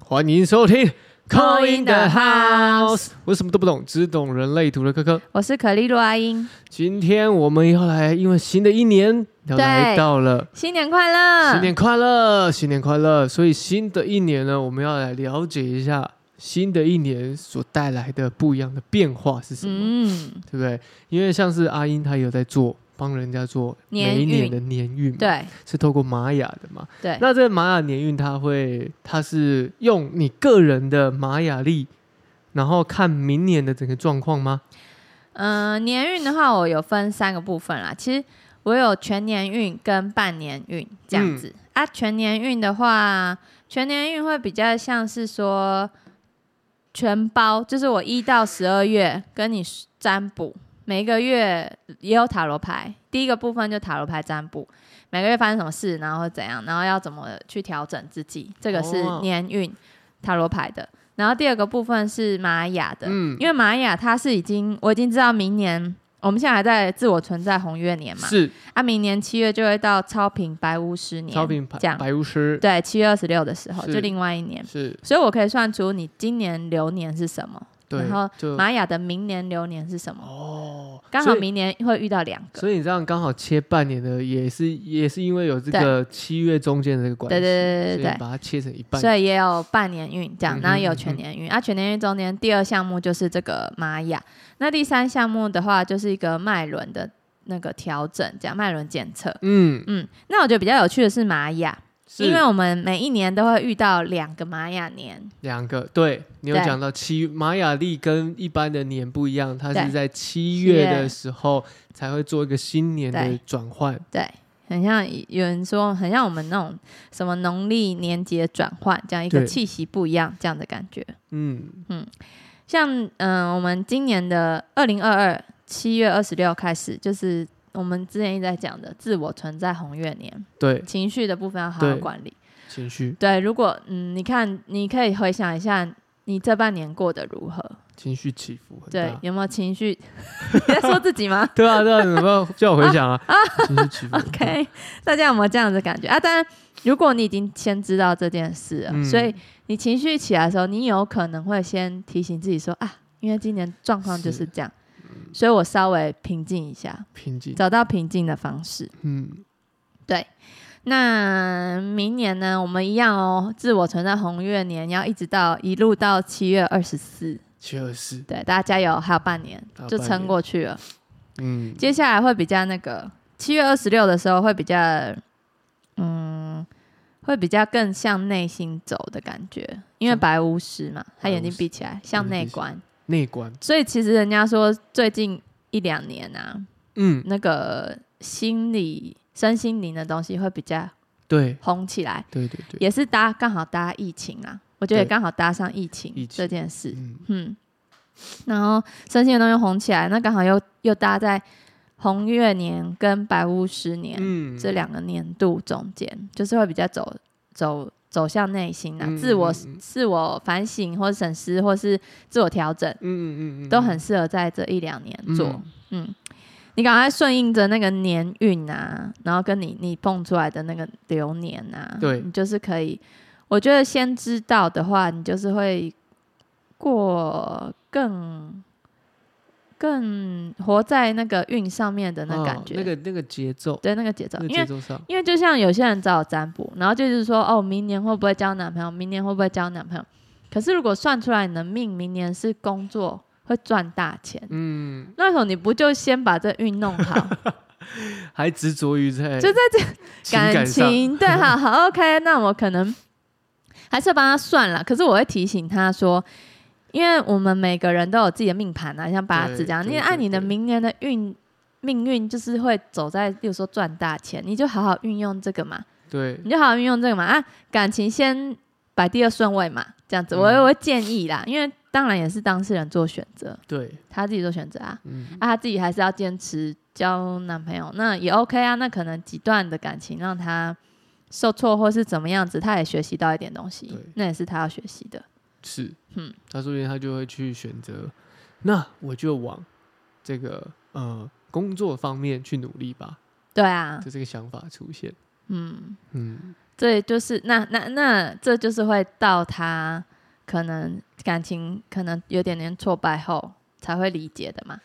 欢迎收听《 Call in the House 我什么都不懂，只懂人类图的科科。我是可丽露阿英，今天我们要来，因为新的一年要对来到了，新年快乐！新年快乐，新年快乐！所以新的一年呢，我们要来了解一下新的一年所带来的不一样的变化是什么。嗯，对不对？因为像是阿英，她有在做帮人家做年每一年运的年运，，对是透过玛雅的嘛。对，那这个玛雅年运，它会，它是用你个人的玛雅历，然后看明年的整个状况吗？嗯、年运的话，我有分三个部分啦。其实我有全年运跟半年运这样子、嗯啊。全年运的话，全年运会比较像是说全包，就是我一到十二月跟你占卜，每一个月也有塔罗牌。第一个部分就塔罗牌占卜，每个月发生什么事，然后会怎样，然后要怎么去调整自己，这个是哦年运塔罗牌的。然后第二个部分是玛雅的，嗯，因为玛雅它是已经，我已经知道明年，我们现在还在自我存在红月年嘛，是啊，明年七月就会到超频白巫师年，超品牌这样，白巫师，对，七月二十六的时候是就另外一年，是所以我可以算出你今年流年是什么，对，然后就玛雅的明年流年是什么，哦，刚好所以。明年会遇到两个，所以你这样刚好切半年的，也是也是因为有这个七月中间的这个关系，对对对所以对对把它切成一半，所以也有半年运这样嗯，哼然后也有全年运。啊，全年运中间第二项目就是这个玛雅，那第三项目的话就是一个脉轮的那个调整，这样脉轮检测。嗯，嗯，那我觉得比较有趣的是玛雅，是因为我们每一年都会遇到两个玛雅年，两个，对你有对讲到七玛雅历跟一般的年不一样，它是对在七七月月的时候才会做一个新年的对转换，对，很像有人说，很像我们那种什么农历年节转换，这样一个对气息不一样，这样的感觉。嗯，像嗯、呃我们今年的二零二二七月二十六开始，就是我们之前一直在讲的自我存在红月年，对，情绪的部分要好好对管理。情绪对，如果嗯，你看，你可以回想一下你这半年过得如何，情绪起伏很对大，，有没有情绪？ 你在说自己吗？对啊对啊，你要叫我回 想啊，情绪起伏 很大 OK，大家有没有这样的感觉啊？当然，如果你已经先知道这件事了，嗯所以你情绪起来的时候，你有可能会先提醒自己说啊，因为今年状况就是是这样，所以我稍微平静一下，平静，找到平静的方式。嗯，那明年呢，我们一样哦，自我存在红月年，要一直到一路到七月二十四，七二四，对，大家加油，还有半年还有就半撑年过去了。嗯，接下来会比较那个，七月二十六的时候会比较，嗯，会比较更向内心走的感觉，因为像白巫师嘛，他白眼巫睛师闭起来，向内观，内观，所以其实人家说最近一两年啊，嗯，那个心理、身心灵的东西会比较对红起来，对对对，也是搭刚好搭疫情啊，我觉得也对刚好搭上疫情疫情这件事，嗯，嗯，然后身心的东西红起来，那刚好又又搭在红月年跟白巫师年、嗯这两个年度中间，就是会比较走走走向内心啊，嗯自我嗯嗯自我反省或者审视，或是自我调整，嗯嗯嗯嗯，都很适合在这一两年做。嗯嗯你赶快顺应着那个年运啊，然后跟你你蹦出来的那个流年啊，对你就是可以。我觉得先知道的话，你就是会过更更活在那个运上面的那哦感觉，那个那个节奏，对那个节奏，那个因节为。奏上，因为就像有些人找我占卜，然后就是说哦，明年会不会交男朋友？明年会不会交男朋友？可是如果算出来你的命，明年是工作会赚大钱，嗯，那时候你不就先把这运弄好，还执着于在就在这 情感感上，情对，好好 OK，那我可能还是帮他算了，可是我会提醒他说。因为我们每个人都有自己的命盘啊，像八字这样，对对你按你的对明年的运命运，就是会走在，例如说赚大钱，你就好好运用这个嘛。对，你就好好运用这个嘛啊，感情先摆第二顺位嘛，这样子，我嗯我会建议啦，因为当然也是当事人做选择，对，他自己做选择啊，嗯，啊他自己还是要坚持交男朋友，那也 OK 啊，那可能几段的感情让他受挫或是怎么样子，他也学习到一点东西对，那也是他要学习的，是，嗯他说不定他就会去选择，那我就往这个呃工作方面去努力吧，对啊，就这个想法出现，嗯，嗯，这就是那那那这就是会到他可能感情可能有点点挫败后才会理解的嘛。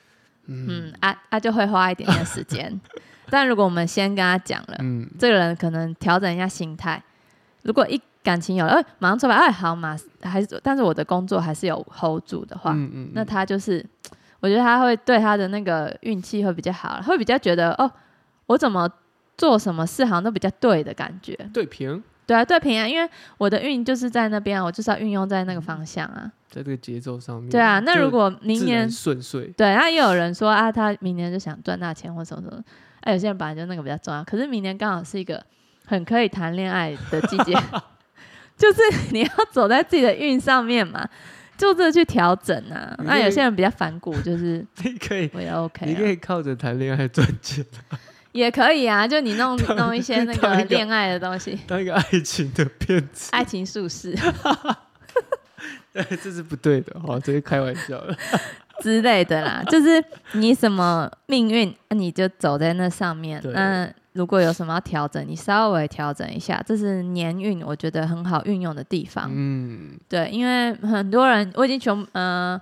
嗯嗯，啊啊就会花一点点时间， 但如果我们先跟他讲了，嗯，这个人可能调整一下心态。如果一感情有了，哎，马上挫败，哎，好嘛，还是但是我的工作还是有 hold 住的话，嗯嗯，那嗯他就是，我觉得他会对他的那个运气会比较好，会比较觉得哦，我怎么做什么事好像都比较对的感觉。对平，对啊，对平安，因为我的运就是在那边啊，我就是要运用在那个方向啊。在这个节奏上面，对啊，嗯那就如果自明然年顺遂，对，那也有人说啊，他明年就想赚大钱或什么什么的。哎、有些人本来就那个比较重要，可是明年刚好是一个很可以谈恋爱的季 节，就是你要走在自己的运上面嘛，就是去调整啊。你那可以有些人比较反骨，就是 你可以，我也 OK，、啊、你可以靠着谈恋爱赚钱，也可以啊，就你弄弄一些那当一个个恋爱的东西，当一个爱情的骗子，爱情术士哎 这是不对的，好，这是开玩笑 的， 之类的 啦。就是你什么命运，啊你就走在那上面。对那如果有什么要调整，你稍微调整一下，这是年运，我觉得很好运用的地方。嗯，对，因为很多人我已经全嗯、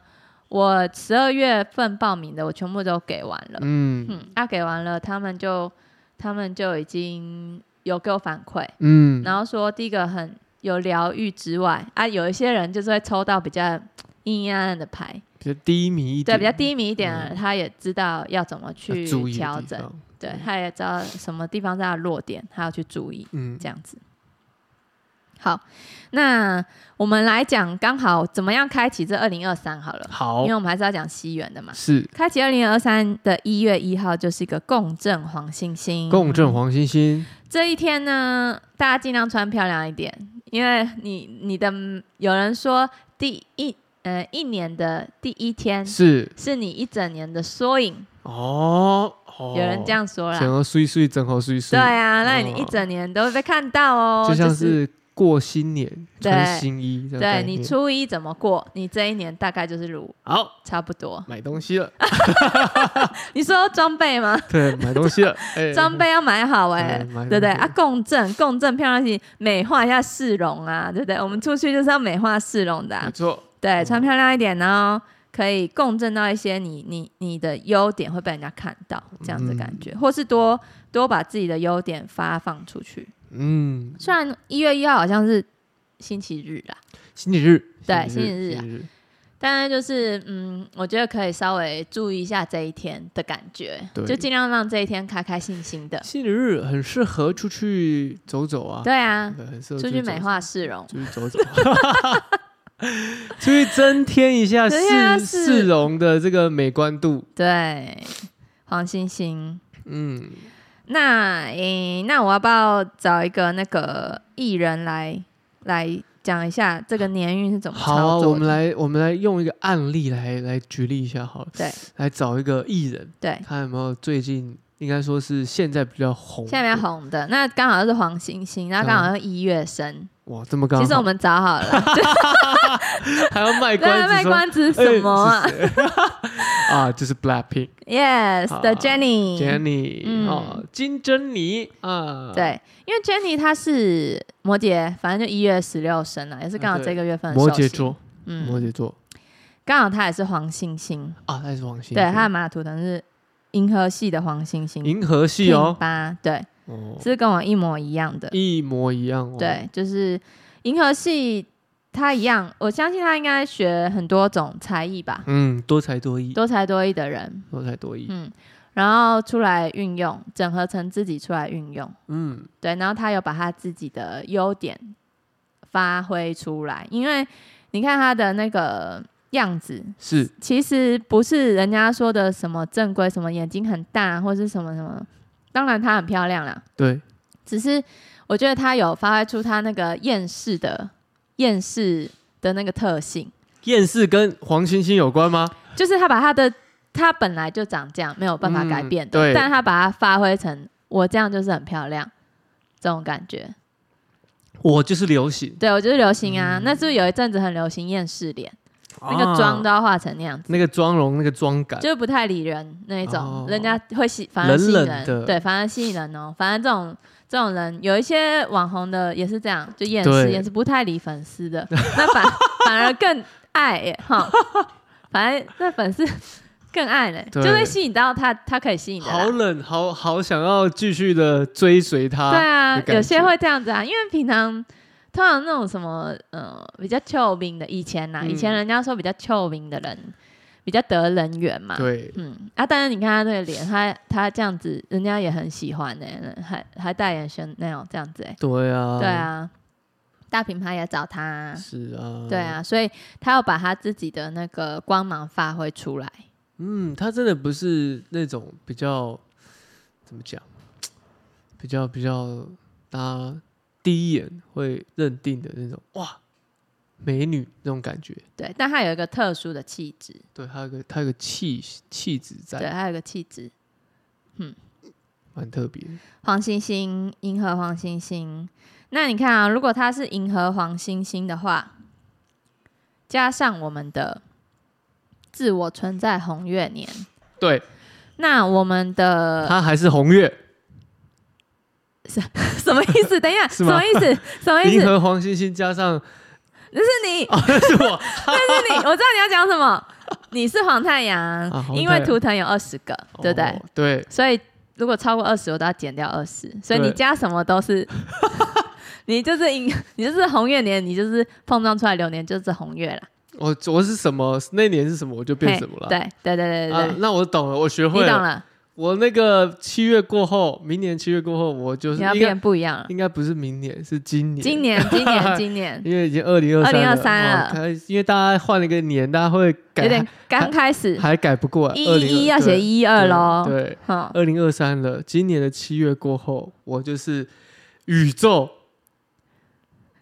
我十二月份报名的，我全部都给完了。嗯嗯，啊，给完了，他们就他们就已经有给我反馈。嗯，然后说第一个很有疗愈之外啊，有一些人就是会抽到比较阴阴暗暗的牌，比较低迷一对，点，嗯比较低迷一点的，他也知道要怎么要去注意的哦调地整，方，对，他也知道什么地方是他的弱点，他要去注意嗯这样子。好，那我们来讲刚好怎么样开启这二零二三好了，好因为我们还是要讲西元的嘛。是开启二零二三的一月一号就是一个共振黄星星，共振黄星星，这一天呢，大家尽量穿漂亮一点，因为你你的有人说第一呃一年的第一天是是你一整年的缩影，哦，哦有人这样说想啦。要睡睡整好睡睡，对啊，那你一整年都会被看到哦，就像是是过新年对穿新衣这样概对念，你初一怎么过，你这一年大概就是如好差不多。买东西了，你说装备吗？对，嗯买东 西了，哎，装备要买好哎、对买对不对东西啊？共振共振漂亮一点，美化一下市容啊，对不对？我们出去就是要美化市容的、啊没，错，对，穿漂亮一点，然后可以共振到一些你你你的优点会被人家看到，这样子的感嗯觉，或是多多把自己的优点发放出去。嗯，虽然一月一号好像是星期日啦，星期日，对星期日啊星期日，但是就是嗯，我觉得可以稍微注意一下这一天的感觉对，就尽量让这一天开开心心的。星期日很适合出去走走啊，对啊，对，很适合出去美走化市容。出去走 走，出去增添一下对啊市是市容的这个美观度。对，黄星星。嗯，那诶、那我要不要找一个那个艺人来来讲一下这个年运是怎么好啊，操作的？我们来我们来用一个案例来来举例一下好了，对哎来找一个艺人，对，看有没有最近应该说是现在比较红，现在比较红的，那刚好是黄星星，然后刚嗯好是一月生。哇，这么高，其实我们找好了， 还要卖对啊，关卖子说关子什么啊哎是 谁啊，就是 Blackpink ？Yes 好的 Jenny。 Jenny 嗯哦，金珍妮啊，，对，因为 Jenny 她是摩羯，反正就一月十六生啊，也是刚啊好对这个月份的摩寿羯星，座，摩嗯，羯座刚好她也是黄星星，啊，他是王心，对，她的马图腾是银河系的黄星星，银河系哦，八，对，哦，是跟我一模一样的。一模一样哦，对，就是银河系，他一样，我相信他应该学很多种才艺吧，嗯，多才多艺，多才多艺的人，多才多艺，嗯，然后出来运用，整合成自己出来运用，嗯，对，然后他有把他自己的优点发挥出来，因为你看他的那个样子，是其实不是人家说的什么正规，什么眼睛很大或是什么什么，当然她很漂亮啦，对，只是我觉得他有发挥出他那个厌世的厌世的那个特性，厌世跟黄星星有关吗？就是他把他的他本来就长这样，没有办法改变嗯的，对但他把它发挥成我这样就是很漂亮这种感觉。我就是流行对我就是流行啊，嗯那是不是有一阵子很流行厌世脸，那个妆的，都要画成那样子。啊那个妆容，那个妆感，就是不太理人那一种，哦人家会吸，反而吸引冷人，冷的对，反而吸引人哦。反而这种这种人，有一些网红的也是这样，就厌世，对厌世不太理粉丝的，那反 反而更爱耶哈，反正那粉丝 更爱嘞，就对会吸引到他，他可以吸引的好啦。冷，好好想要继续的追随他。对啊的，感有些觉会这样子啊，因为平常通常那种什么呃比较臭名的，以前呐、啊嗯以前人家说比较臭名的人比较得人缘嘛，对嗯啊，但是你看他那个脸，他他这样子，人家也很喜欢呢、还还代言宣那种这样子哎、对啊，对，啊，大品牌也找他啊、是啊，对。啊，所以他要把他自己的那个光芒发挥出来，嗯，他真的不是那种比较怎么讲，比较比较大家第一眼会认定的那种哇美女那种感觉。对，但他有一个特殊的气质，对，他有个他有个气气质对，在，他有一个气质。蛮特别的。黄星星，银河黄星星。那你看啊，如果他是银河黄星星的话，加上我们的自我存在红月年，对，那我们的他还是红月， 什么意思？等一 下，是什吗么意思？什么意银思？河黄星星加上那是你， 哦，是我，那 是你，我知道你要讲什么。你是黄太阳，啊黄因太为阳图腾有二十个，对不对？哦？对，所以如果超过二十，我都要减掉二十。所以对你加什么都是， 你就是因，你就是红月年，你就是碰撞出来流年就是红月啦。我我是什么那年是什么我就变嘿什么了。对对对对对啊对，，那我懂了，我学你会了。懂了，我那个七月过后，明年七月过后，我就是你要应该变不一样了。应该不是明年，是今年。今年，今年，今年。因为已经二零二2023了哦开因为大家换了一个年，大家会改，有点刚开始，还改不过来。一一一要写一一一二喽。对，好，二零二三了，今年的七月过后，我就是宇宙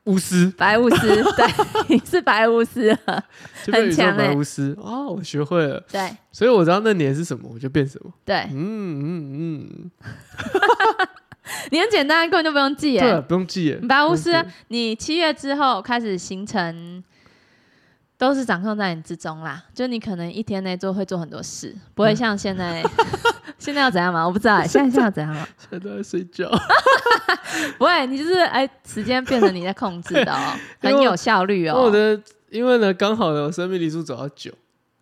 巫师，白巫 师，对，你是白巫师了，就变很宇宙强欸白巫师。哦，我学会了，对所以我知道那年是什么，我就变什么。对，嗯嗯嗯，你很简单，根本就不用记对啊，耶。不用记耶。白巫师不用记，啊你七月之后开始形成，都是掌控在你之中啦。就你可能一天内做会做很多事，不会像现在，现在要怎样嘛？我不知道耶，现在现在要怎样嘛？嗯 现在都在睡觉。不会，你就是哎，时间变成你在控制 的哦，对很有效率那我哦。的，因为呢，刚好呢，我生命离数走到九，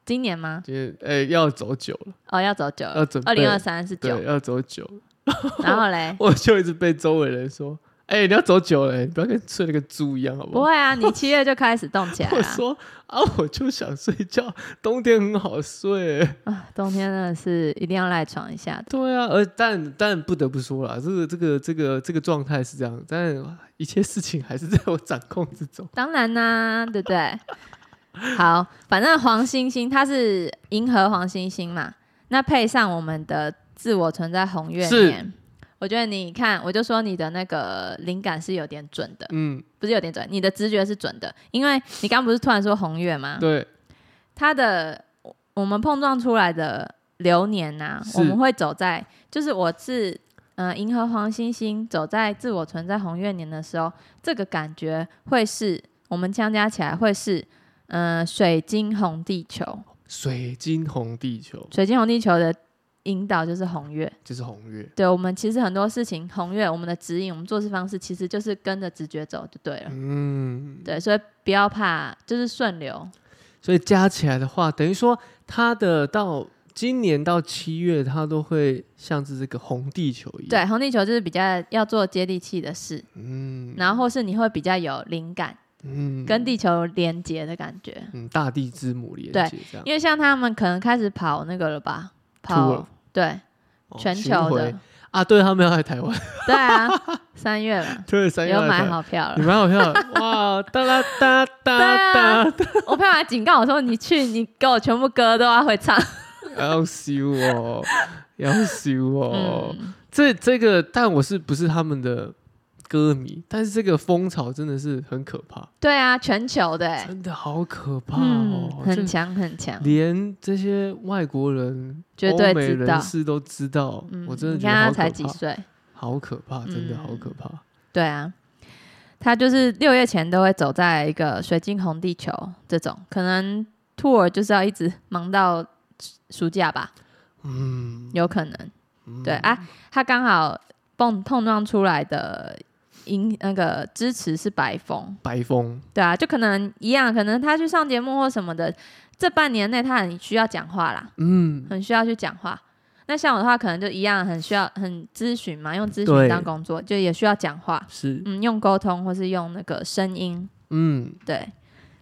今年吗？就是哎要走九了，哦，要走久要了，准备。二零二三是九对，，要走九了。 然后嘞， 我就一直被周围人说：“哎、你要走久了、你不要跟睡那个猪一样，好不不好会啊，你七月就开始动起？”来 我了。说：“啊，我就想睡觉，冬天很好睡、 啊，冬天真的是一定要赖床一下的。对啊，而但但不得不说啦，这个这个这个这个状态是这样，但一切事情还是在我掌控之中。当然啦、对不对？ 好，反正黄星星它是银河黄星星嘛，那配上我们的自我存在红月是年，我觉得你看，我就说你的那个灵感是有点准的，嗯，不是有点准，你的直觉是准的，因为你刚不是突然说红月吗？对，它的我我们碰撞出来的流年呐、是我们会走在，就是我是嗯、呃银河黄星星走在自我存在红月年的时候，这个感觉会是我们相加起来会是嗯、呃水晶红地球，水晶红地球水晶红地球的引导就是红月。就是红月。对我们其实很多事情，红月我们的指引，我们做事方式其实就是跟着直觉走就对了。嗯，对，所以不要怕，就是顺流。所以加起来的话，等于说它的到今年到七月，它都会像是这个红地球一样。对，红地球就是比较要做接地气的事，嗯，然后或是你会比较有灵感，嗯跟地球连接的感觉。嗯，大地之母连对接这样，因为像他们可能开始跑那个了吧，兔儿跑对哦全巡球回的，啊，对他们要来台湾，对啊，三月嘛，对， 三月有要来台买湾，好票你了。蛮好笑的，哇，哒啦哒 对哒啊哒，我朋友还警告我说：“你去，你给我全部歌都要会唱。要修哦，要修”哦，嗯，这这个，但我是不是他们的歌迷？但是这个风潮真的是很可怕，对啊，全球的欸，真的好可怕嗯，哦，很这强很强，连这些外国人、绝欧对美知道人。士都知道，嗯，我真的你觉得看他好才可几怕，岁？好可怕，真的好嗯可怕。对啊，他就是六月前都会走在一个水晶红地球这种，可能 tour 就是要一直忙到暑暑假吧，嗯，有可能。啊嗯对，啊，他刚好碰碰撞出来的影那个支持是白风，白风，对啊，就可能一样，可能他去上节目或什么的，这半年内他很需要讲话啦，嗯，很需要去讲话。那像我的话，可能就一样，很需要很咨询嘛，用对咨询当工作，就也需要讲话，是，嗯，用沟通或是用那个声音，嗯对，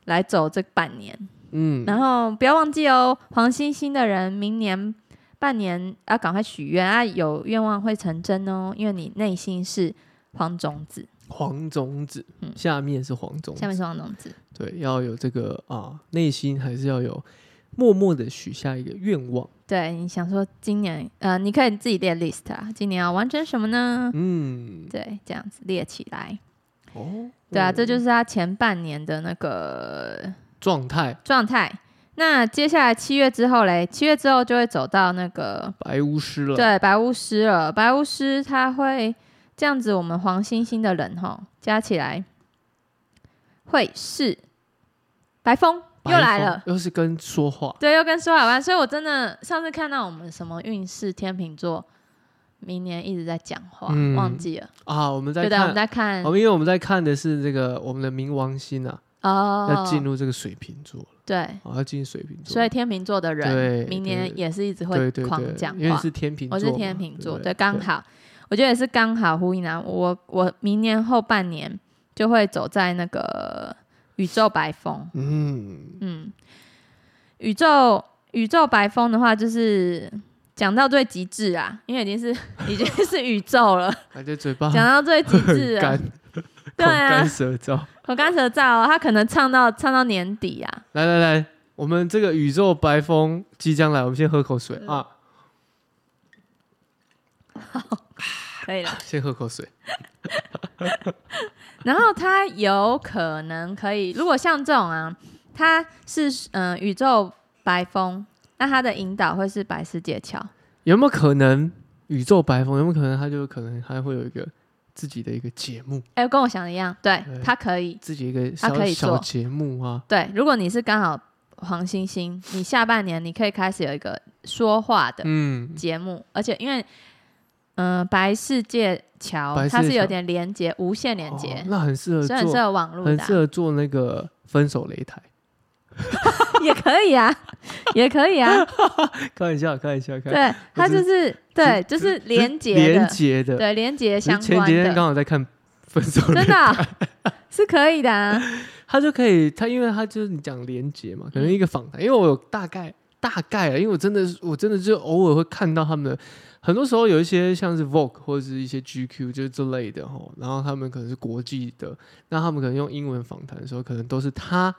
来走这半年。嗯，然后不要忘记哦，黄星星的人明年半年要赶快许愿啊，有愿望会成真哦，因为你内心是黄种子，黄种子，嗯下面是黄种下子，面是黄种子，对，要有这个啊，内心还是要有默默的许下一个愿望，对你想说今年呃，你可以自己列 list 啊，今年要完成什么呢？嗯，对，这样子列起来。哦，对啊，嗯这就是他前半年的那个状态，状态。那接下来七月之后嘞，七月之后就会走到那个白巫师了，对，白巫师了。白巫师他会这样子，我们黄星星的人哈，加起来会是白风白又来风了。又是跟说话，对，又跟说好玩，所以我真的上次看到我们什么运势天秤座，明年一直在讲话，嗯忘记了。啊，我们在对的，我看哦们，在看我们因为我们在看的是这个我们的冥王星啊，要哦，进入这个水瓶座了，对，啊，要进入水瓶座，所以天秤座的对人明对年也是一直对会对狂讲对，话。因为是天秤座我嘛，是天秤座，不对，刚，好，我觉得也是刚好呼应啊。我我明年后半年就会走在那个宇宙白峰，嗯，嗯，宇宙宇宙白峰的话，就是讲到最极致啊，因为已经是已经是宇 宙了，而且嘴巴讲到最极致哦很了干，，对啊口干舌燥。口干舌燥哦、他可能唱到唱到年底啊，来来来，我们这个宇宙白风即将来，我们先喝口嗯水啊，可以了。先喝口水。然后他有可能可以，如果像这种啊，他是嗯、呃宇宙白风，那他的引导会是白世界桥，有没有可能宇宙白风？有没有可能他就可能他会有一个自己的一个节目，哎，跟我想的一样，对对他可以，自己一个他小可以小做节目啊？对，如果你是刚好黄星星，你下半年你可以开始有一个说话的嗯，节目，而且因为嗯、呃白世界桥白世界它是有桥点连接，无限连接哦，那很适合所以很适做，合网络很的啊、适合做那个分手擂台。也可以啊，也可以 啊，开玩笑，开玩笑，开玩笑。对，它只就是对，就是连接的。连接的，对，连接只是相前几关天的，刚好在看分手擂真的啊、 是可以的、啊。他就可以，他因为他就是你讲连接嘛，可嗯能一个访谈，因为我有大概大概啊，因为我真的是我真的就偶尔会看到他们的，很多时候有一些像是 Vogue 或者是一些 GQ 就是这类的吼，然后他们可能是国际的，那他们可能用英文访谈的时候，可能都是他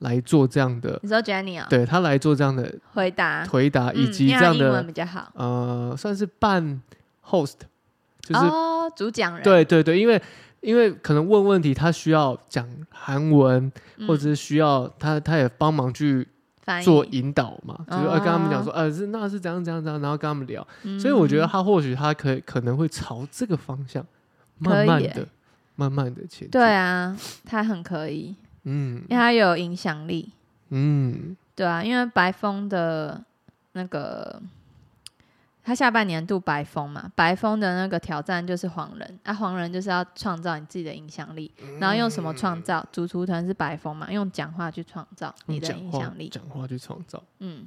来做这样的，你说 Jenny 啊、对他来做这样的回答，回答，以及嗯、因为这他样英文的、比较好，呃，算是半 host，就是哦，主讲人，对对对，因为因为可能问问题，他需要讲韩文，嗯，或者是需要他他也帮忙去翻译做引导嘛，就是呃跟他们讲哦说，呃是那是怎样怎样怎样，然后跟他们聊。嗯所以我觉得他或许他可以可能会朝这个方向慢可以慢耶的、慢慢的前进。对，啊，他很可以，嗯因为他有影响力，嗯，对啊，因为白风的那个。他下半年度白风嘛，白风的那个挑战就是黄人啊，黄人就是要创造你自己的影响力，然后用什么创造？主厨团是白风嘛，用讲话去创造你嗯用的讲影话响力。讲话去创造嗯，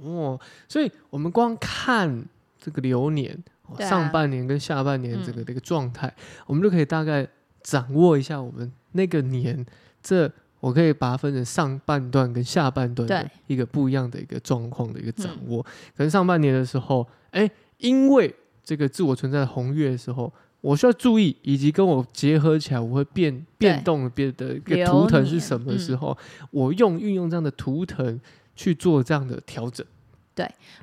哦，所以我们光看这个流年、哦对啊上半年跟下半年整个嗯的一个状态，我们就可以大概掌握一下我们那个年这。我可以把它分成上半段跟下半段的对嗯一个不一样的一个状况的一个掌握。可能上半年的时候，哎、因为这个自我存在的红月的时候，我需要注意，以及跟我结合起来，我会变变动变的一个图腾是什么嗯时候，我用运用这样的图腾去做这样的调整。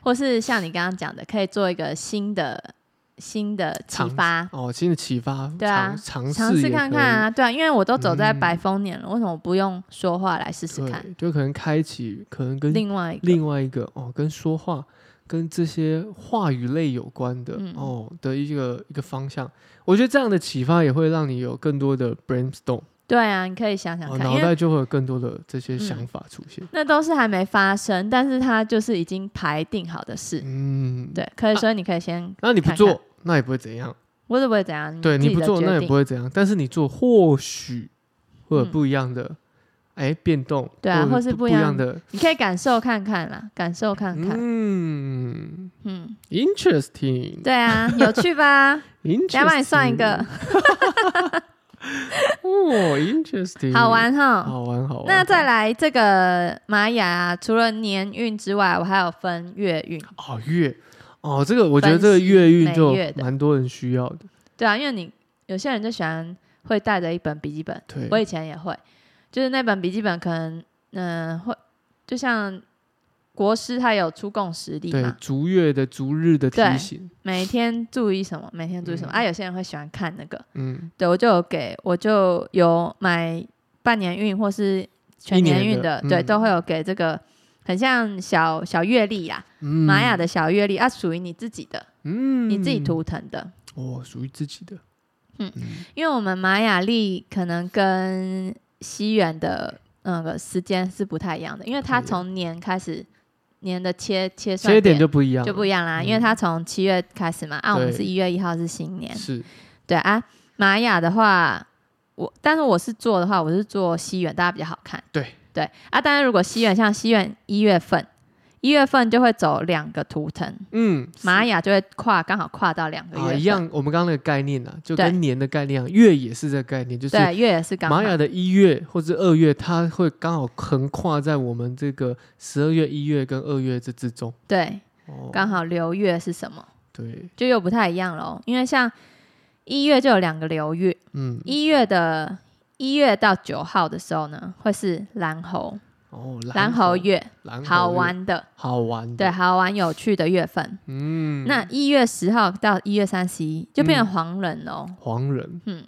或是像你刚刚讲的，可以做一个新的新的启发，哦，新的启发，对啊尝尝试试也看可看以啊。对啊，因为我都走在嗯白风年了，为什么不用说话来试试看？对，就可能开启，可能跟另外一个，另外一个哦，跟说话、跟这些话语类有关的、嗯哦的一个一个方向。我觉得这样的启发也会让你有更多的 brainstorm，对啊，你可以想想哦看，脑因为袋就会有更多的这些嗯想法出现。那都是还没发生，但是它就是已经排定好的事。嗯，啊对，可以，所以你可以先那你不看看做，那也不会怎样。我也不会怎样。对，你你不做那也不会。会怎样，但是你做或许会有嗯不一样的，哎、变动，对啊或或者是不不一一样样的，你可以感受看看啦，感受看看。嗯嗯， ，interesting，对啊，有趣吧？ 等下帮你算一个，哦，interesting， 好，玩哈。好玩，好玩。那再来来这个玛雅、啊除了年运之外，我还有分月运。哦，月哦，这个我觉得这个分析月运每就月的蛮多人需要的，对啊，因为你有些人就喜欢会带着一本笔记本，对，我以前也会，就是那本笔记本可能嗯、会，就像国师他有出共识力对嘛，逐月的逐日的提对醒，每天注意什么，每天注意什么、嗯啊。有些人会喜欢看那个，嗯，对我就有给我就有买半年运或是全年运一年的对，嗯都会有给这个。很像小小月历啊啦，嗯玛雅的，的小月历啊，属于你自己的，嗯，你自己图腾的。哦，属于自己的，嗯因为我们玛雅历可能跟西元的那个时间是不太一样的，因为不太一它样从年开始，年的切切算缺点就不一样了，就不一样啦，嗯因为它从七月开始嘛，啊，我们对是一月一号是新年，是对啊。玛雅的话，我但是我是做的话，我是做西元，大家比较好看。对对啊，当然如果西元像西元一月份，一月份就会走两个图腾，嗯，玛雅就会跨刚好跨到两个月啊，份、一样，我们刚刚那个概念啊，就对跟年的概念一样，月也是这个概念，就是对，月也是刚好玛雅的一月或者二月，它会刚好横跨在我们这个十二月、一月跟二月这之中。对，哦，刚好流月是什么？对，就又不太一样喽。因为像一月就有两个流月，嗯，一月的一月到九号的时候呢，会是蓝猴，哦，蓝猴月，蓝猴月好，玩的，好玩的，对，好玩有趣的月份。嗯，那一月十号到一月三十一就变成黄人喽。黄人，嗯，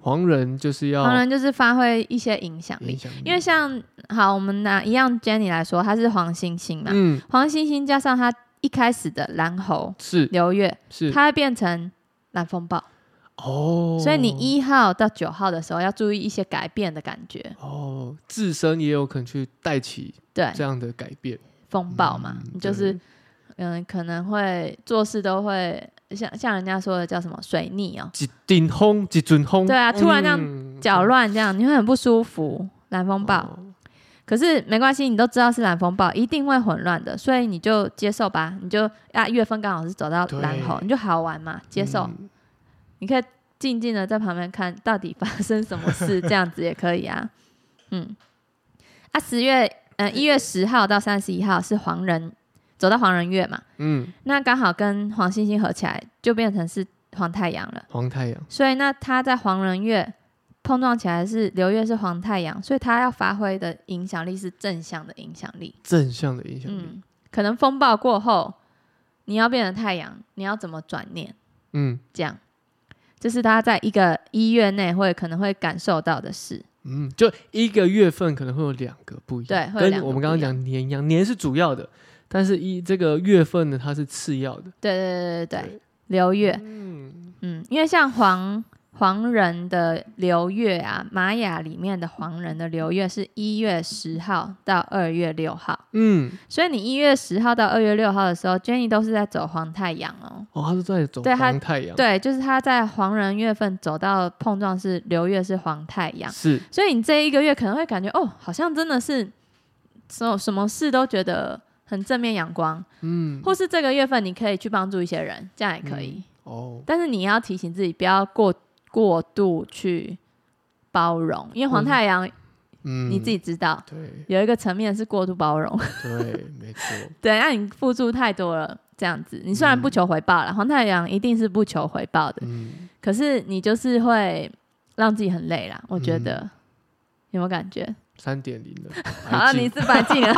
黄人就是要黄人就是发挥一些影响嗯影力，响力，因为像好，我们拿一样 Jenny 来说，她是黄星星嘛，嗯黄星星加上她一开始的蓝猴是流月，是它会变成蓝风暴。哦，所以你一号到九号的时候要注意一些改变的感觉，哦自身也有可能去带起对，这样的改变，风暴嘛，嗯你就是嗯，可能会做事都会像像人家说的叫什么水逆哦，一顶轰一阵轰，对啊突然这样样搅乱这样，你会很不舒服。蓝风暴，嗯哦可是没关系，你都知道是蓝风暴，一定会混乱的，所以你就接受吧，你就啊月份刚好是走到对蓝猴，你就好玩嘛，接受，嗯你可以静静的在旁边看到底发生什么事，这样子也可以啊。嗯，啊，十月，嗯、一月十号到三十一号是黄人，走到黄人月嘛，嗯，那刚好跟黄星星合起来，就变成是黄太阳了。黄太阳，所以那它在黄人月碰撞起来是流月是黄太阳，所以它要发挥的影响力是正向的影响力。正向的影响力，嗯，可能风暴过后，你要变成太阳，你要怎么转念？嗯这样，这是他在一个一月内会可能会感受到的事。嗯，就一个月份可能会有两个不一样，对会有两跟个我们刚刚不一样讲年一样，年是主要的，但是一这个月份呢，它是次要的，对对对对对对，流月，嗯，嗯，因为像黄黄人的流月啊，玛雅里面的黄人的流月是一月十号到二月六号，嗯，所以你一月十号到二月六号的时候，Jenny 都是在走黄太阳哦。哦，它是在走对它黄太阳，，对，就是他在黄人月份走到碰撞是流月是黄太阳，是所以你这一个月可能会感觉哦，好像真的是所有什么事都觉得很正面阳光，嗯，或是这个月份你可以去帮助一些人，这样也可以。哦，但是你要提醒自己不要过过度去包容，因为黄太阳嗯，你自己知道、对有一个层面是过度包容， 对，没错，对，那你付出太多了。这样子，你虽然不求回报了，黄太阳一定是不求回报的，嗯，可是你就是会让自己很累啦。我觉嗯得、有没有感觉？三点零 的，好、白你金是白净了，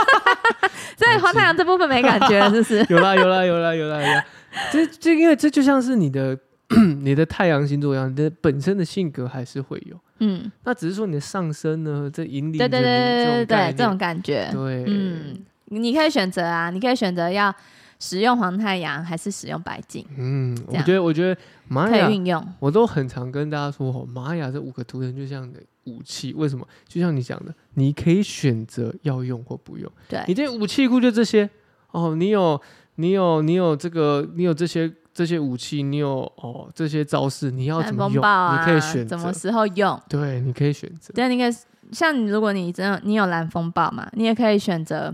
所以黄太阳这部分没感觉了，是不是？有啦有啦有啦有啦有啦，这这因为这就像是你的你的太阳星座一样，你的本身的性格还是会有。嗯，那只是说你的上身呢，这引领着对你对对对对对，这这种种感觉概，念对，嗯，你可以选择啊，你可以选择要使用黄太阳还是使用白净，嗯，这我样觉得我觉得玛可雅以，运用。我都很常跟大家说哦，玛雅这五个图腾就像你的武器，为什么？就像你讲的，你可以选择要用或不用，对你这武器库就这些哦，你有你有你有这个，你有这些这些武器，你有哦这些招式，你要看怎么风用，暴啊，你可以选什择么，时候用？对，你可以选择，对，你可以像你如果你真的你有蓝风暴嘛，你也可以选择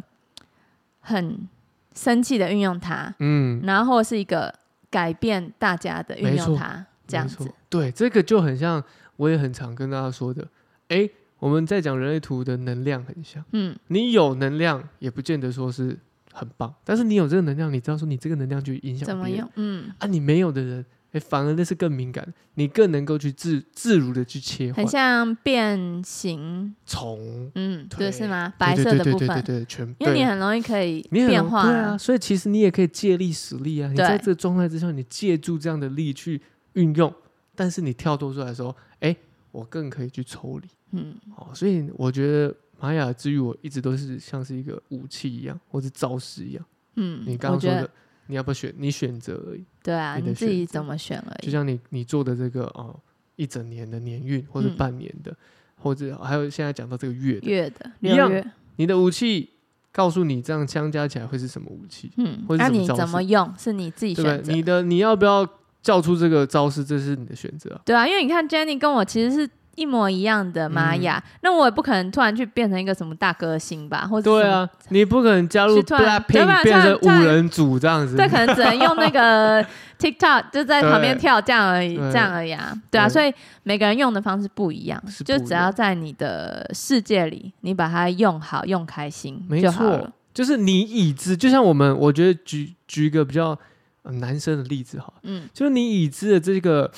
很生气的运用它，嗯，然后或是一个改变大家的运没错用它，这样没错子。对，这个就很像我也很常跟大家说的，哎，我们在讲人类图的能量很像，嗯，你有能量也不见得说是很棒，但是你有这个能量，你知道说你这个能量去影响怎么别人用？嗯，啊，你没有的人，哎，反而那是更敏感，你更能够去自自如的去切换很，像变形，从嗯，对对是吗？对白对色对的对部对对分，对，全因为你对很容易可以你很变容化对啊，所以其实你也可以借力使力啊。你对在这个状态之下，你借助这样的力去运用，但是你跳脱出来的时候，哎，我更可以去抽离嗯，哦。所以我觉得玛雅之于我一直都是像是一个武器一样，或是招式一样。嗯，你刚刚我觉说得的，你要不要选？你选择而已，对啊，你的你自己选择怎么选而就已。像你你做的这个哦，一整年的年运，或者嗯半年的，或者还有现在讲到这个月的，月的一六样月，你的武器告诉你这样相加起来会是什么武器？嗯，或者那怎么你招怎式么用是你自己对不对选？择。你的你要不要叫出这个招式？这是你的选择啊、对啊，因为你看 Jenny 跟我其实是一模一样的玛雅，嗯那我也不可能突然去变成一个什么大歌星吧，或者对什么，啊，你不可能加入是突然对 Blackpink 吧变成突然突然五人组这样子。 对，可能只能用 那个 TikTok 就在旁边对跳这样而已，对这样而已啊，对啊，对所以每个人用的方式不一样是，不一就样只要在你的世界里，你把它用好、用开心没就好错了。，就是你已知，就像我们，我觉得举举一个比较、呃男生的例子好了，嗯就是你已知的这个，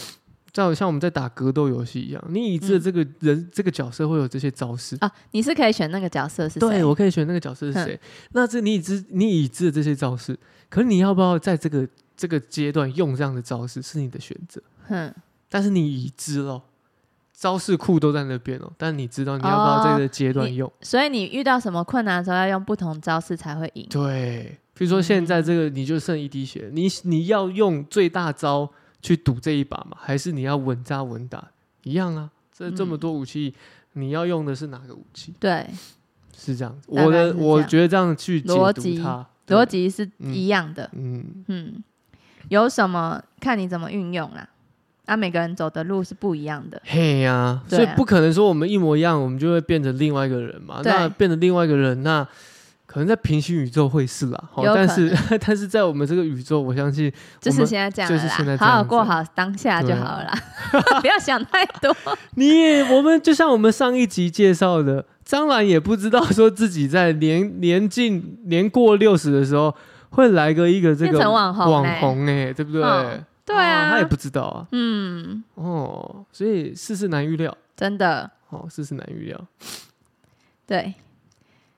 像像我们在打格斗游戏一样，你已知的嗯这个人、这个角色会有这些招式。啊，你是可以选那个角色是谁？嗯对，我可以选那个角色是谁。那这你已知你已知的这些招式，可是你要不要在这个这个阶段用这样的招式是你的选择，哼，但是你已知咯，招式库都在那边哦，但你知道你要不要在这个阶段用？所以你遇到什么困难的时候，要用不同招式才会赢。对，比如说现在这个你就剩一滴血，你你要用最大招去赌这一把吗？还是你要稳扎稳打？一样啊，这这么嗯多武器，你要用的是哪个武器？对，是这样子，大概我的是这样我觉得这样去解逻读辑它，对逻，辑是嗯一样的。嗯，嗯，有什么看你怎么运用啦。啊，每个人走的路是不一样的。嘿呀、对所啊以不可能说我们一模一样，我们就会变成另外一个人嘛。对那变成另外一个人，那可能在平行宇宙会是啦，好哦有可但能是 但是在我们这个宇宙，我相信就是们现在这样了就是现在啦，这好样好子过好当下就对好啊了啦， 不要想太多。你也我们就像我们上一集介绍的，张兰也不知道说自己在年年近年过六十的时候会来个一个 这个变成网红网欸红哎、对不对？嗯对哦他啊也，不知道啊，嗯，哦，所以世事难预料，真的哦，世事难预料，对。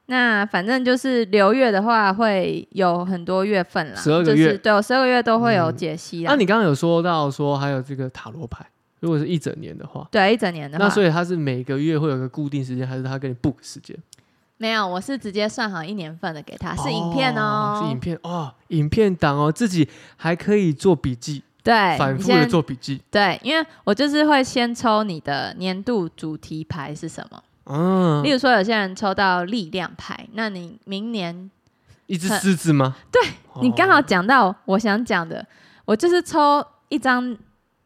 那反正就是流月的话，会有很多月份啦， 12个就月是对，我十二个月都会有嗯解析那、啦。你刚刚有说到说还有这个塔罗牌，如果是一整年的话，对，一整年的话，那所以它是每个月会有个固定时间，还是他给你 book 时间？没有，我是直接算好一年份的给他，啊是影片哦，是影片哦，影片档哦，自己还可以做笔记，对，反哎你复先的做笔记。对，因为我就是会先抽你的年度主题牌是什么。嗯例，如说，有些人抽到力量牌，那你明年一只很狮子吗？对哦，你刚好讲到我想讲的，我就是抽一张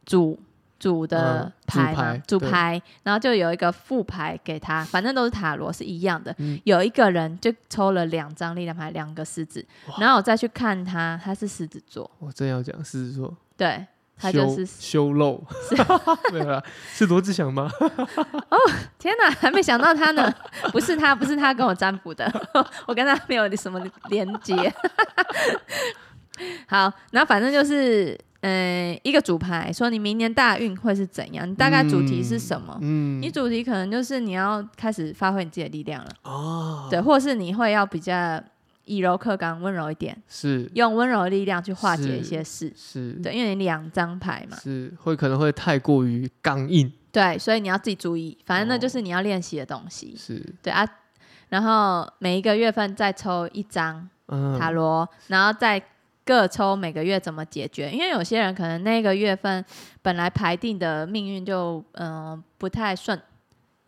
主主的嗯主牌嘛，牌主对牌，然后就有一个副牌给他，反正都是塔罗是一样的。嗯有一个人就抽了两张力量牌，两个狮子，哇然后我再去看他，他是狮子座，我真要讲狮子座，对他修就是修 漏，没有啦，是罗志祥吗？天哪，还没想到他呢！ 不是他，不是他跟我占卜的， 我跟他没有什么连接。 好，那反正就是，嗯、一个主牌说你明年大运会是怎样，你大概主题是什么？嗯你，主题可能就是你要开始发挥你自己的力量了，哦，对，或是你会要比较以柔克刚，温柔一点，是用温柔的力量去化解一些事。是，对，因为你两张牌嘛，是会可能会太过于刚硬，对，所以你要自己注意。反正那哦就是你要练习的东西。是，对啊，然后每一个月份再抽一张嗯，塔罗，然后再各抽每个月怎么解决，因为有些人可能那个月份本来排定的命运就嗯、呃不太顺，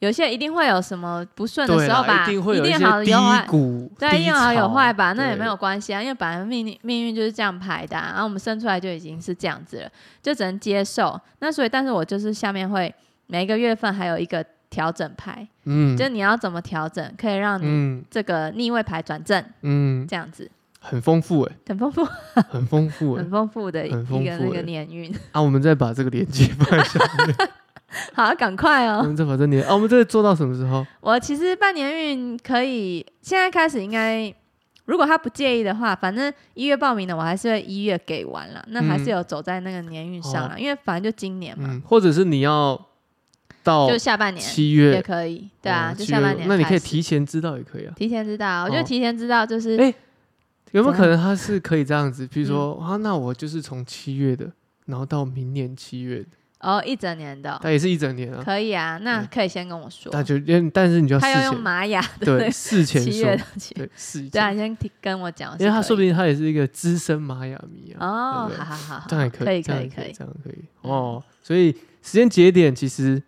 有些一定会有什么不顺的对时候啦吧，一定会有一些好有坏低，谷，对，一定好有坏低潮吧，那也对没有关系啊，因为本来命运命运就是这样排的、啊，然后我们生出来就已经是这样子了，就只能接受。那所以，但是我就是下面会每一个月份还有一个调整牌，嗯，就是你要怎么调整，可以让你嗯这个逆位牌转正，嗯，这样子很丰富 哎、很丰富，很丰富哎、很丰富的一很丰个富那欸个年运。 啊，我们再把这个连接放在下面，好，赶快我哦！们再把这连啊，我们这个做到什么时候？我其实半年运可以现在开始应该。如果他不介意的话，反正一月报名的，我还是会一月给完了，那还是有走在那个年运上了，因为反正就今年嘛，哦嗯，或者是你要到就下半年七也月，可以，对啊，哦就七下月半年开始。那你可以提前知道也可以啊。提前知道，我觉哦得提前知道就是，哎有没有怎样可能他是可以这样子？比嗯如说、啊，那我就是从七月的，然后到明年七月的，哦，一整年的哦、但也是一整年啊。可以啊，那嗯可以先跟我说，那就因为但是你就要事他要用前玛雅的那对个事前七月说的七，对事 对啊，前，你先提跟我讲，因为他说不定定他也是一个资深玛雅迷啊。哦，对不对好好好好，这样也可以，这可样以也可以，这样可以嗯哦。所以时间节点其实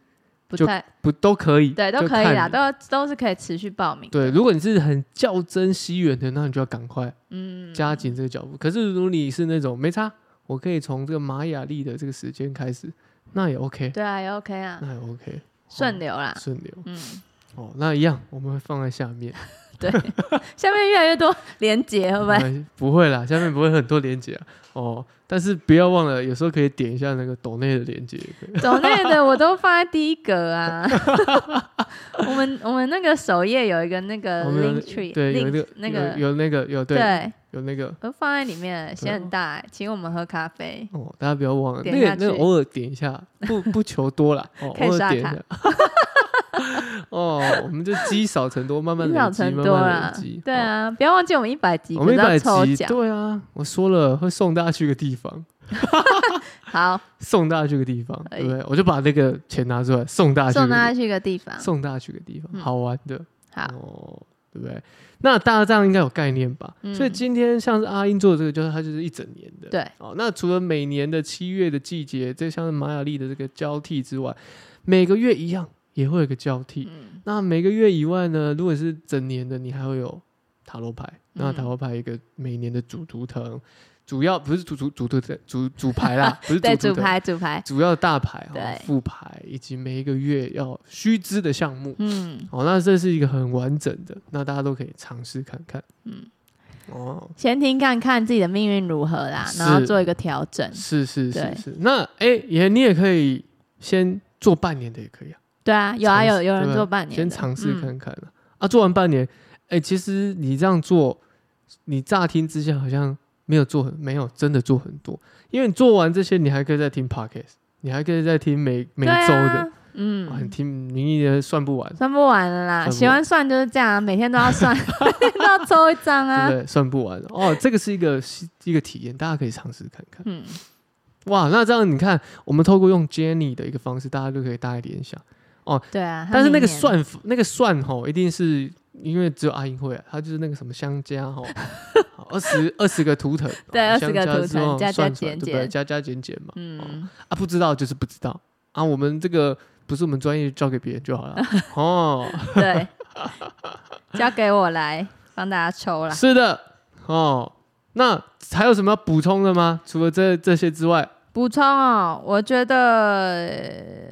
不就太不都可以，对，都就可以看啦，你都都是可以持续报名，对。，如果你是很较真惜缘的，那你就要赶快啊嗯，加紧这个脚步。可是如果你是那种没差，我可以从这个玛雅历的这个时间开始，那也 OK，对啊，也 OK 啊，那也 OK，顺流啦，顺流嗯，哦。那一样我们会放在下面，对， 下面越来越多连结，会不会？那不会啦，下面不会很多连接啊哦。但是不要忘了，有时候可以点一下那个抖内的连接也可以。走内的我都放在第一格啊。 我们我们那个首页有一个那个我们有呃 link tree，对有那个那个有有那个有对对，有那个我放在里面，写很大欸，请我们喝咖啡。哦，大家不要忘了，那点个下那个去偶尔点一下，不不求多啦，哦，可以偶尔刷点一卡下。 哦，我们就积少成多，慢慢积少累积，成慢多慢啦累积。，对哦，啊，不要忘记我们一百集，我们一可是百要抽集，奖。对啊，我说了会送大家去个地方， 好，送大家去个地方，可对不对？我就把那个钱拿出来，送大家啊去送大个家去一个地方地，。送大家去个地方，嗯好玩的好，哦，对不对？那大家这样应该有概念吧？所以嗯今天像是阿英做的这个，就是它就是一整年的，对，哦，那除了每年的七月的季节，这像是玛雅历的这个交替之外，每个月一样也会有个交替。嗯，那每个月以外呢，如果是整年的，你还会有塔罗牌。那嗯塔罗牌有一个每年的主图腾，主要不是主主主图腾主主牌 啦，不是对，主主图腾，牌主牌，主要的大牌、哦对、副牌以及每一个月要须知的项目。嗯哦，那这是一个很完整的，那大家都可以尝试看看。嗯，哦，先听看看自己的命运如何啦，然后是做一个调整。是是是嗯对是。那哎，也、你也可以先做半年的，也可以啊。对啊，有啊，尝试有对有人吧做半年先的，尝试嗯看看啊。啊做完半年，哎、其实你这样做，你乍听之下好像没有做很，没有真的做很多，因为你做完这些，你还可以再听 podcast，你还可以再听每每周对的，啊、嗯，哇你听名义的算不完，算不完了啦，算不喜欢算就是这样啊，每天都要 算，每天都要抽一张对啊不。对？算不完哦，这个是一个 一个体验，大家可以尝试看看。嗯，哇，那这样你看，我们透过用 Jenny 的一个方式，大家就可以大概联想。对啊。但是那个他明算年，法那个算吼，一定是因为只有阿英会、啊，他就是那个什么相加吼，二十二十个图腾， 对哦20个相加图之腾后加加算出来减对不对？减加加减减嘛， 嗯，啊，不知道就是不知道啊，我们这个不是我们专业，交给别人就好 了。哦，对，交给我来帮大家抽啦。是的，哦，那还有什么要补充的吗？除了这这些之外，补充哦，我觉得呃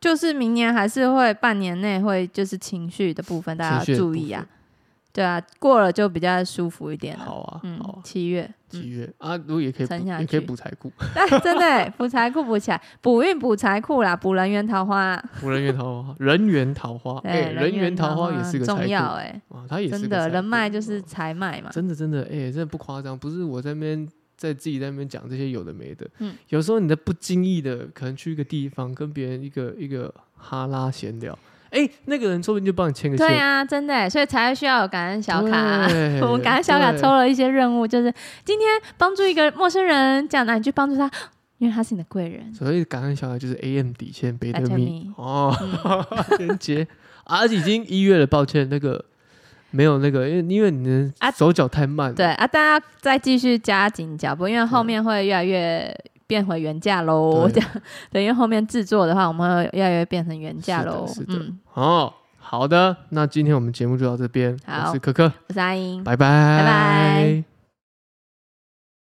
就是明年还是会半年内会就是情绪的部分，大家情绪要的注意啊。对啊，过了就比较舒服一点了。好啊，好嗯啊，，七月，嗯七月啊，如果也可以补，撑下也可以去补财库，哎，真的欸补财库补起来，补运补财库啦，补人缘桃花啦。补人缘桃花， 人缘桃花，对，哎，人缘缘桃花也是很个财重库要哎，啊，它也是真个财的人富脉就是哦财脉嘛。真的真的，哎、真的不夸张，不是我在那边在自己在那边讲这些有的没的，嗯有时候你的不经意的，可能去一个地方跟别人一个一个哈拉闲聊，哎、那个人说不定就帮你牵个线，对啊，真的欸，所以才需要有感恩小卡啊。对我们感恩小卡对抽了一些任务，就是今天帮助一个陌生人，这样，那你去帮助他，因为他是你的贵人。所以感恩小卡就是 AM 底线贝特 Better 密 Me 哦，嗯 连接、啊，而且已经一月了，抱歉，那个没有那个，因为因为你的啊手脚太慢了，对啊，大家再继续加紧脚步，因为后面会越来越变回原价喽。这对样， 对，因为后面制作的话，我们会越来越变成原价是的喽是。的嗯，哦，好的，那今天我们节目就到这边，我好是可可，我是阿英，拜拜，拜拜